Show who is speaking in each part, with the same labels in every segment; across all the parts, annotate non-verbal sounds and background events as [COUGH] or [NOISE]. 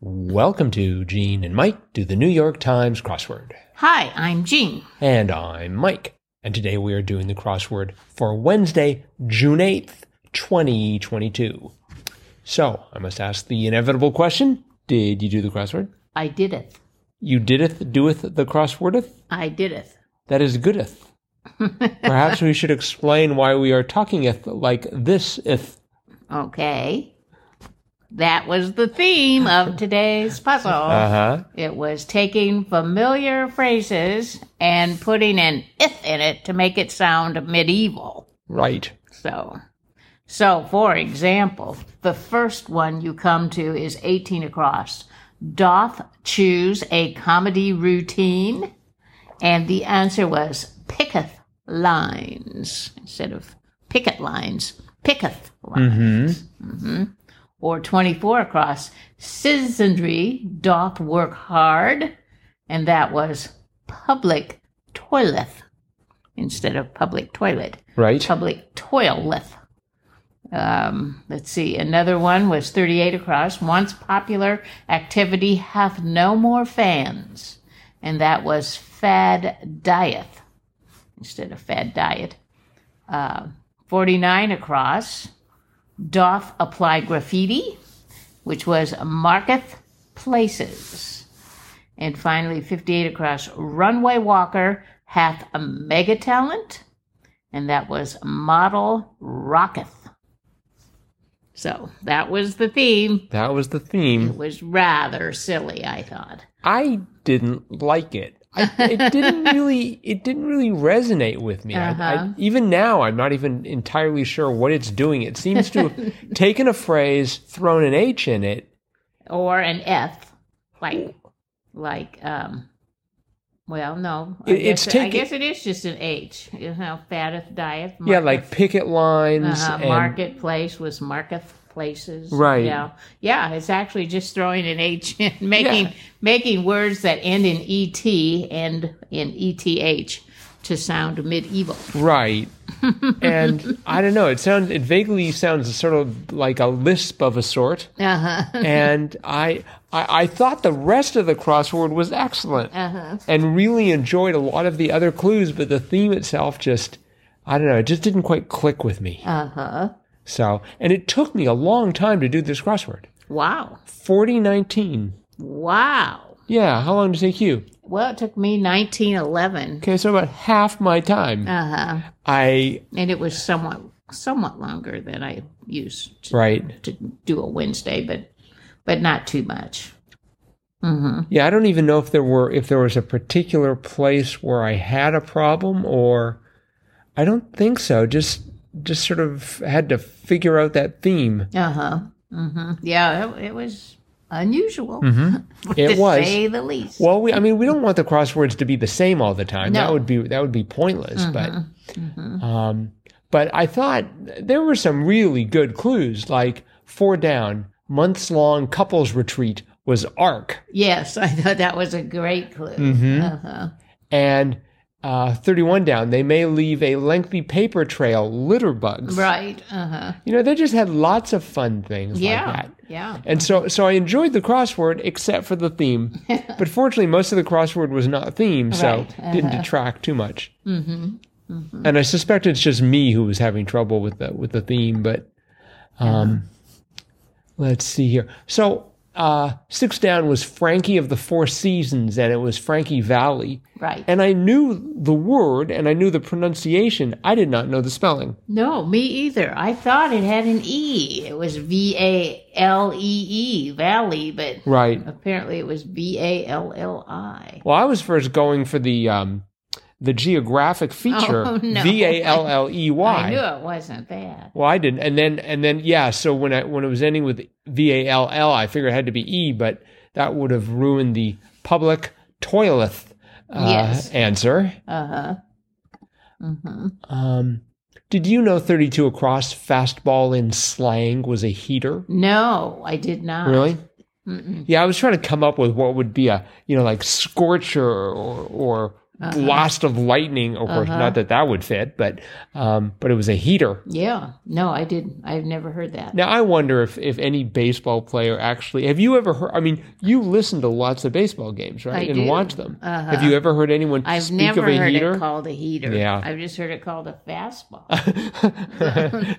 Speaker 1: Welcome to Gene and Mike do the New York Times crossword.
Speaker 2: Hi, I'm Jean.
Speaker 1: And I'm Mike. And today we are doing the crossword for Wednesday, June 8th, 2022. So I must ask the inevitable question Did you do the crossword?
Speaker 2: I dideth.
Speaker 1: You dideth, doeth the crosswordeth?
Speaker 2: I dideth.
Speaker 1: That is goodeth. Perhaps we should explain why we are talkingeth like this if.
Speaker 2: Okay. That was the theme of today's puzzle.
Speaker 1: huh.
Speaker 2: It was taking familiar phrases and putting an ith in it to make it sound medieval.
Speaker 1: Right.
Speaker 2: So, so for example, the first one you come to is 18 across. Doth choose a comedy routine, and the answer was picketh lines instead of picket lines. Picketh lines. Mhm. Or 24 across. Citizenry doth work hard, and that was public toileth instead of public toilet
Speaker 1: Right.
Speaker 2: public toileth. Um, let's see, another one was 38 across. Once popular activity hath no more fans, and that was fad diet instead of fad diet. Uh, 49 across doth apply graffiti, which was marketh places. And finally, 58 across runway walker hath a mega talent and that was Model Rocketh. So that was the theme.
Speaker 1: That was the theme.
Speaker 2: It was rather silly, I thought.
Speaker 1: I didn't like it. I, it didn't really. It didn't really resonate with me. I, I, even now, I'm not even entirely sure what it's doing. It seems to have taken a phrase, thrown an H in it.
Speaker 2: Or an F, like, like, um, well, no, I,
Speaker 1: It-
Speaker 2: guess,
Speaker 1: it's
Speaker 2: I
Speaker 1: taking-
Speaker 2: guess it is just an H. You know, fatteth, dieth.
Speaker 1: Yeah, like picket lines
Speaker 2: uh,
Speaker 1: and
Speaker 2: marketplace was marketh places.
Speaker 1: Right.
Speaker 2: Yeah, yeah. It's actually just throwing an H [LAUGHS] in, making making words that end in et and in eth to sound medieval.
Speaker 1: [LAUGHS] right. and I don't know. It sounds. It vaguely sounds sort of like a lisp of a sort.
Speaker 2: Uh-huh.
Speaker 1: and I, I I thought the rest of the crossword was excellent and really enjoyed a lot of the other clues, but the theme itself just I don't know, it just didn't quite click with me.
Speaker 2: Uh huh.
Speaker 1: So and it took me a long time to do this crossword.
Speaker 2: Wow.
Speaker 1: Forty nineteen.
Speaker 2: Wow.
Speaker 1: Yeah, how long did it take you?
Speaker 2: Well, it took me 1911.
Speaker 1: Okay, so about half my time.
Speaker 2: Uh huh.
Speaker 1: I
Speaker 2: And it was somewhat somewhat longer than I used to,
Speaker 1: right.
Speaker 2: to do a Wednesday, but but not too much.
Speaker 1: Yeah, I don't even know if there were if there was a particular place where I had a problem or I don't think so. Just just sort of had to figure out that theme.
Speaker 2: Uh huh. hmm Yeah, it, it was unusual.
Speaker 1: Mm-hmm. It
Speaker 2: [LAUGHS] to
Speaker 1: was.
Speaker 2: say the least.
Speaker 1: Well, we I mean we don't want the crosswords to be the same all the time. That
Speaker 2: No.
Speaker 1: would be that would be pointless, but um but I thought there were some really good clues like four down, months long couples retreat was ARC.
Speaker 2: yes, [LAUGHS] I thought that was a great clue.
Speaker 1: Mm-hmm.
Speaker 2: Uh huh.
Speaker 1: and uh, 31 down, they may leave a lengthy paper trail, litter bugs.
Speaker 2: Right. Uh huh.
Speaker 1: You know, they just had lots of fun things
Speaker 2: Yeah.
Speaker 1: like that.
Speaker 2: Yeah.
Speaker 1: And so, so I enjoyed the crossword except for the theme.
Speaker 2: [LAUGHS]
Speaker 1: but fortunately, most of the crossword was not themed, so
Speaker 2: Right, uh-huh. Mm-hmm.
Speaker 1: didn't detract too much. Mm-hmm. And I suspect it's just me who was having trouble with the with the theme. But um, let's see here. So uh, six down was Frankie of the Four Seasons, and it was Frankie Valley.
Speaker 2: Right.
Speaker 1: And I knew the word and I knew the pronunciation. I did not know the spelling.
Speaker 2: No, me either. I thought it had an E. It was V A L E E, Valley, but
Speaker 1: Right.
Speaker 2: apparently it was V A L L I.
Speaker 1: Well, I was first going for the um, the geographic feature
Speaker 2: [LAUGHS] Oh, no.
Speaker 1: V A L L E
Speaker 2: I knew
Speaker 1: Y.
Speaker 2: it wasn't that.
Speaker 1: Well, I didn't, and then and then yeah. So when I when it was ending with V A L L, I figured it had to be E, but that would have ruined the public toileth uh,
Speaker 2: Yes.
Speaker 1: answer.
Speaker 2: Uh huh. Mm-hmm.
Speaker 1: Um, did you know thirty two across fastball in slang was a heater?
Speaker 2: No, I did not.
Speaker 1: Really?
Speaker 2: Mm-mm.
Speaker 1: Yeah, I was trying to come up with what would be a you know like scorcher or or
Speaker 2: Uh-huh.
Speaker 1: blast of lightning. Of course, not that that would fit, but um, but it was a heater.
Speaker 2: Yeah. No, I didn't. I've never heard that.
Speaker 1: Now I wonder if if any baseball player actually have you ever heard? I mean, you listen to lots of baseball games, right?
Speaker 2: I
Speaker 1: and
Speaker 2: do. Uh-huh.
Speaker 1: watch them. Have you ever heard anyone
Speaker 2: I've
Speaker 1: speak
Speaker 2: never
Speaker 1: of a
Speaker 2: heard
Speaker 1: heater?
Speaker 2: it called a heater.
Speaker 1: Yeah.
Speaker 2: I've just heard it called a fastball.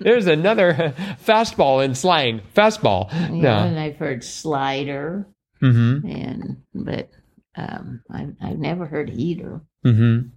Speaker 1: [LAUGHS] There's another [LAUGHS] fastball in slang. Fastball.
Speaker 2: You know,
Speaker 1: No.
Speaker 2: and I've heard slider
Speaker 1: hmm
Speaker 2: and but um I've I've never heard heater.
Speaker 1: hmm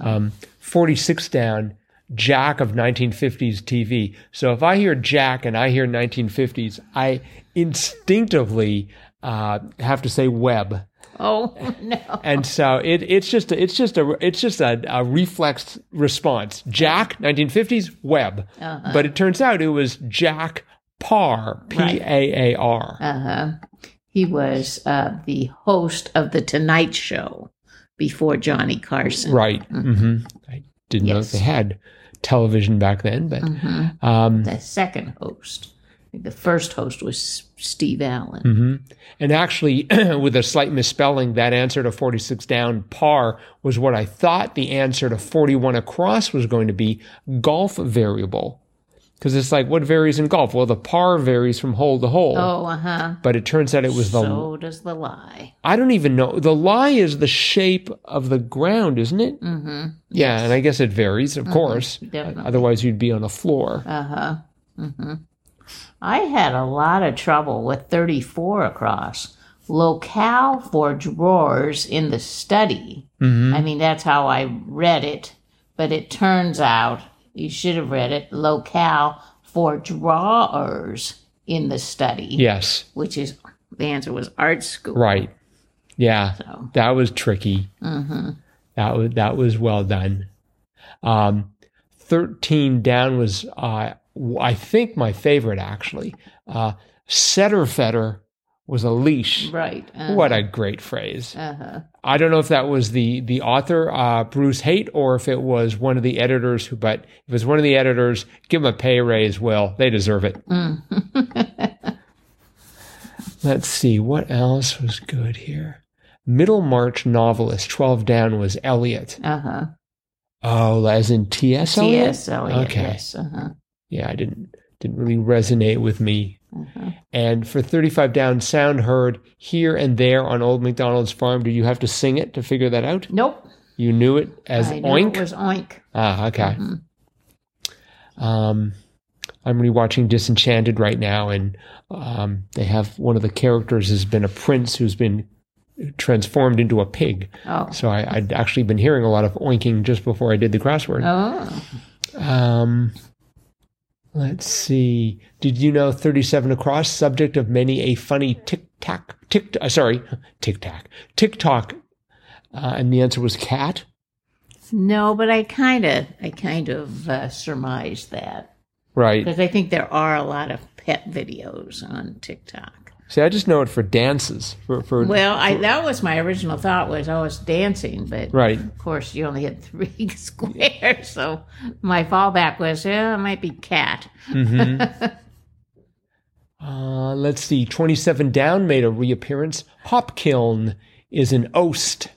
Speaker 1: Um, 46 down, Jack of 1950s TV. So if I hear Jack and I hear 1950s, I instinctively uh, have to say web.
Speaker 2: Oh [LAUGHS] no.
Speaker 1: And so it, it's just a, it's just a it's just a, a reflex response. Jack 1950s web, but it turns out it was Jack Parr P A A R.
Speaker 2: Uh-huh. He was uh the host of the Tonight Show before Johnny Carson.
Speaker 1: Right. hmm I didn't know that
Speaker 2: Yes.
Speaker 1: they had television back then, but um,
Speaker 2: The second host. The first host was Steve Allen.
Speaker 1: and actually, [CLEARS THROAT] with a slight misspelling, that answer to forty six down par was what I thought the answer to forty one across was going to be golf variable, because it's like what varies in golf? Well, the par varies from hole to hole.
Speaker 2: Oh, uh-huh.
Speaker 1: But it turns out it was the
Speaker 2: So does the lie.
Speaker 1: I don't even know the lie is the shape of the ground, isn't it? Mm-hmm. Yeah, and I guess it varies, of course.
Speaker 2: Mm-hmm. definitely. Uh.
Speaker 1: Otherwise, you'd be on a floor.
Speaker 2: I had a lot of trouble with 34 across. Locale for drawers in the study.
Speaker 1: Mm-hmm.
Speaker 2: I mean, that's how I read it, but it turns out you should have read it locale for drawers in the study,
Speaker 1: yes.
Speaker 2: which is the answer was art school.
Speaker 1: Right. Yeah.
Speaker 2: So. Mm-hmm.
Speaker 1: That was tricky. That was that was well done. Um, Thirteen down was uh, I think my favorite actually. Uh, setter fetter was a leash.
Speaker 2: Right. Uh,
Speaker 1: What a great phrase. I don't know if that was the the author uh, Bruce Haight or if it was one of the editors who. But if it was one of the editors, give them a pay raise. Well, they deserve it. [LAUGHS] Let's see what else was good here. Middlemarch novelist twelve down was Eliot.
Speaker 2: uh-huh.
Speaker 1: Oh, as in T. S. Eliot.
Speaker 2: T.S. Eliot.
Speaker 1: Okay.
Speaker 2: Yes. Uh-huh.
Speaker 1: yeah, I didn't didn't really resonate with me.
Speaker 2: Uh-huh.
Speaker 1: And for 35 down, sound heard here and there on Old McDonald's farm. Do you have to sing it to figure that out?
Speaker 2: Nope.
Speaker 1: You knew it as
Speaker 2: I knew
Speaker 1: oink.
Speaker 2: It was Mm-hmm. oink.
Speaker 1: ah, okay. Um, I'm rewatching Disenchanted right now, and um, they have one of the characters has been a prince who's been transformed into a pig.
Speaker 2: Oh.
Speaker 1: So I, I'd actually been hearing a lot of oinking just before I did the crossword.
Speaker 2: Oh.
Speaker 1: Um, let's see. Did you know 37 across, subject of many a funny tic tac, tick, uh, sorry, [LAUGHS] tic tac, TikTok. Uh, and the answer was cat.
Speaker 2: No, but I kind of, I kind of uh, surmised that
Speaker 1: Right.
Speaker 2: because I think there are a lot of pet videos on TikTok.
Speaker 1: See, I just know it for dances. For, for
Speaker 2: Well, I that was my original thought was I was dancing, but
Speaker 1: Right.
Speaker 2: of course you only had three [LAUGHS] squares, so my fallback was yeah, it might be cat.
Speaker 1: Uh, let's see. 27 down made a reappearance. Hopkiln is an oast.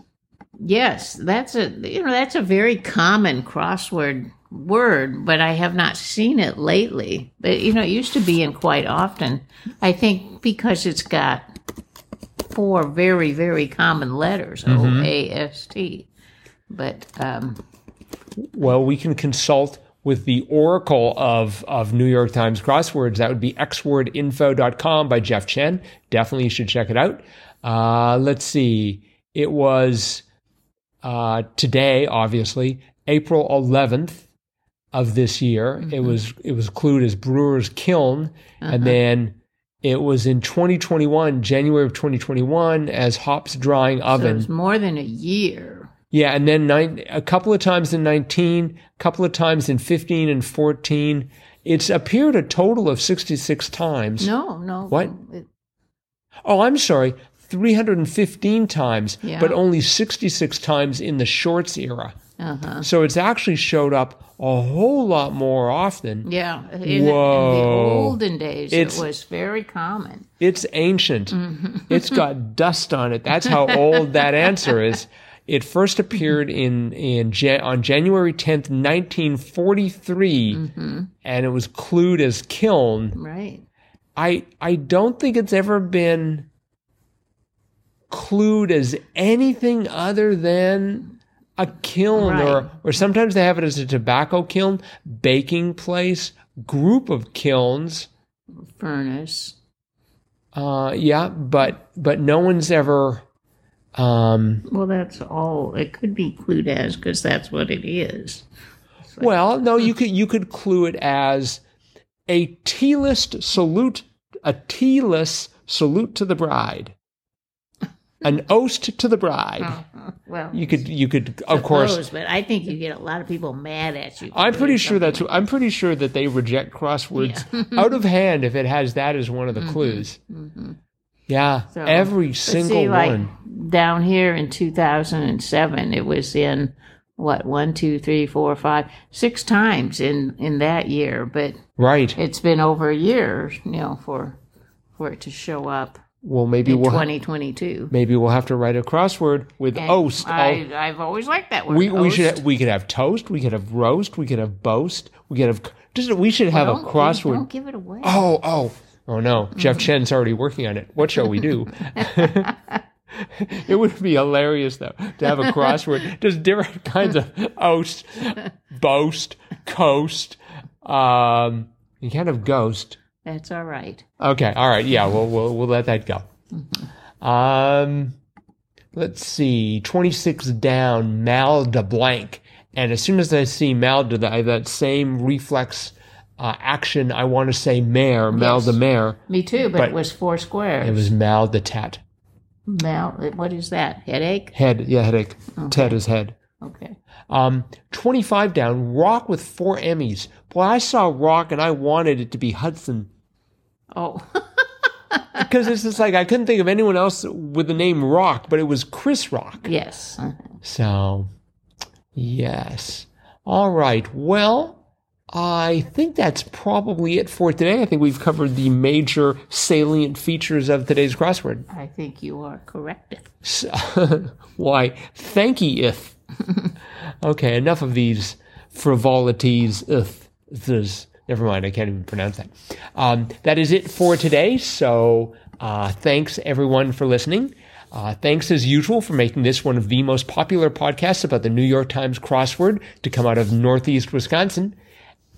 Speaker 2: Yes, that's a you know that's a very common crossword word, but I have not seen it lately. But you know, it used to be in quite often. I think because it's got four very very common letters O A S T.
Speaker 1: Mm-hmm.
Speaker 2: But um,
Speaker 1: Well, we can consult with the oracle of, of New York Times crosswords. That would be xwordinfo.com by Jeff Chen. Definitely you should check it out. Uh, let's see. It was uh, today, obviously, April 11th of this year. It was it was clued as Brewer's Kiln, and then it was in 2021, January of 2021, as Hops Drying
Speaker 2: so
Speaker 1: Oven.
Speaker 2: it's more than a year.
Speaker 1: Yeah, and then nine, a couple of times in 19, a couple of times in 15 and 14. It's appeared a total of 66 times.
Speaker 2: No, no.
Speaker 1: What?
Speaker 2: It-
Speaker 1: Oh, I'm sorry, 315 times,
Speaker 2: Yeah.
Speaker 1: but only 66 times in the shorts era.
Speaker 2: Uh-huh.
Speaker 1: So it's actually showed up a whole lot more often.
Speaker 2: Yeah. In, in the
Speaker 1: Whoa.
Speaker 2: olden days,
Speaker 1: It's-
Speaker 2: it was very common.
Speaker 1: It's ancient. It's got dust on it. That's how old that answer is. It first appeared in in Jan- on January 10th, 1943, and it was clued as kiln.
Speaker 2: Right.
Speaker 1: I I don't think it's ever been clued as anything other than a kiln
Speaker 2: Right.
Speaker 1: or or sometimes they have it as a tobacco kiln, baking place, group of kilns.
Speaker 2: Furnace.
Speaker 1: Uh, yeah, but but no one's ever um,
Speaker 2: Well, that's all. It could be clued as because that's what it is.
Speaker 1: Well, no, you could you could clue it as a tea list salute, a tea list salute to the bride, an oast to the bride.
Speaker 2: [LAUGHS] Well,
Speaker 1: You could you could of course.
Speaker 2: those, but I think Oh. you get a lot of people mad at you. for
Speaker 1: I'm
Speaker 2: doing
Speaker 1: pretty sure
Speaker 2: something
Speaker 1: that's I'm pretty sure that they reject crosswords
Speaker 2: [LAUGHS]
Speaker 1: out of hand if it has that as one of the clues. Yeah,
Speaker 2: Mm-hmm. So,
Speaker 1: every
Speaker 2: But
Speaker 1: single
Speaker 2: see, like,
Speaker 1: one.
Speaker 2: Down here in 2007, it was in what one, two, three, four, five, six times in in that year. But
Speaker 1: Right.
Speaker 2: it's been over a year, you know, for for it to show up
Speaker 1: Well, maybe
Speaker 2: in
Speaker 1: we'll
Speaker 2: 2022.
Speaker 1: maybe we'll have to write a crossword with
Speaker 2: And
Speaker 1: oast. all-
Speaker 2: I, I've always liked that word.
Speaker 1: We, we should
Speaker 2: oast.
Speaker 1: we could have toast. We could have roast. We could have boast. We could have just we should have
Speaker 2: Don't
Speaker 1: a
Speaker 2: give-
Speaker 1: crossword.
Speaker 2: Don't give it away.
Speaker 1: Oh oh oh
Speaker 2: [LAUGHS]
Speaker 1: no! Jeff Chen's already working on it. What shall we do? [LAUGHS] it would be hilarious though to have a
Speaker 2: [LAUGHS]
Speaker 1: crossword. Just different kinds of oast, boast, coast. Um, you kind of ghost.
Speaker 2: That's all right.
Speaker 1: Okay. All right. Yeah. We'll we'll, we'll let that go. Um, let's see. Twenty six down. Mal de blank. And as soon as I see Mal de, I have that same reflex uh, action. I want to say mare. Mal de mare.
Speaker 2: Me too, but,
Speaker 1: But-
Speaker 2: it was four squares.
Speaker 1: It was Mal de tat.
Speaker 2: Mal, what is that? Headache?
Speaker 1: Head. Yeah. Headache. Ted is head.
Speaker 2: Okay.
Speaker 1: Um, 25 down, Rock with four Emmys. Boy, I saw Rock and I wanted it to be Hudson.
Speaker 2: Oh, [LAUGHS]
Speaker 1: Because it's just like, I couldn't think of anyone else with the name Rock, but it was Chris Rock.
Speaker 2: yes.
Speaker 1: So, yes. All right. Well, I think that's probably it for today. I think we've covered the major salient features of today's crossword.
Speaker 2: I think you are correct.
Speaker 1: So, [LAUGHS] why, thank ye, if. okay, enough of these frivolities, if. This. Never mind, I can't even pronounce that. Um, that is it for today. So, uh, thanks everyone for listening. Uh, thanks as usual for making this one of the most popular podcasts about the New York Times crossword to come out of Northeast Wisconsin.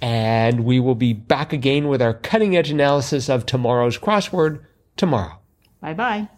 Speaker 1: And we will be back again with our cutting edge analysis of tomorrow's crossword tomorrow.
Speaker 2: Bye bye.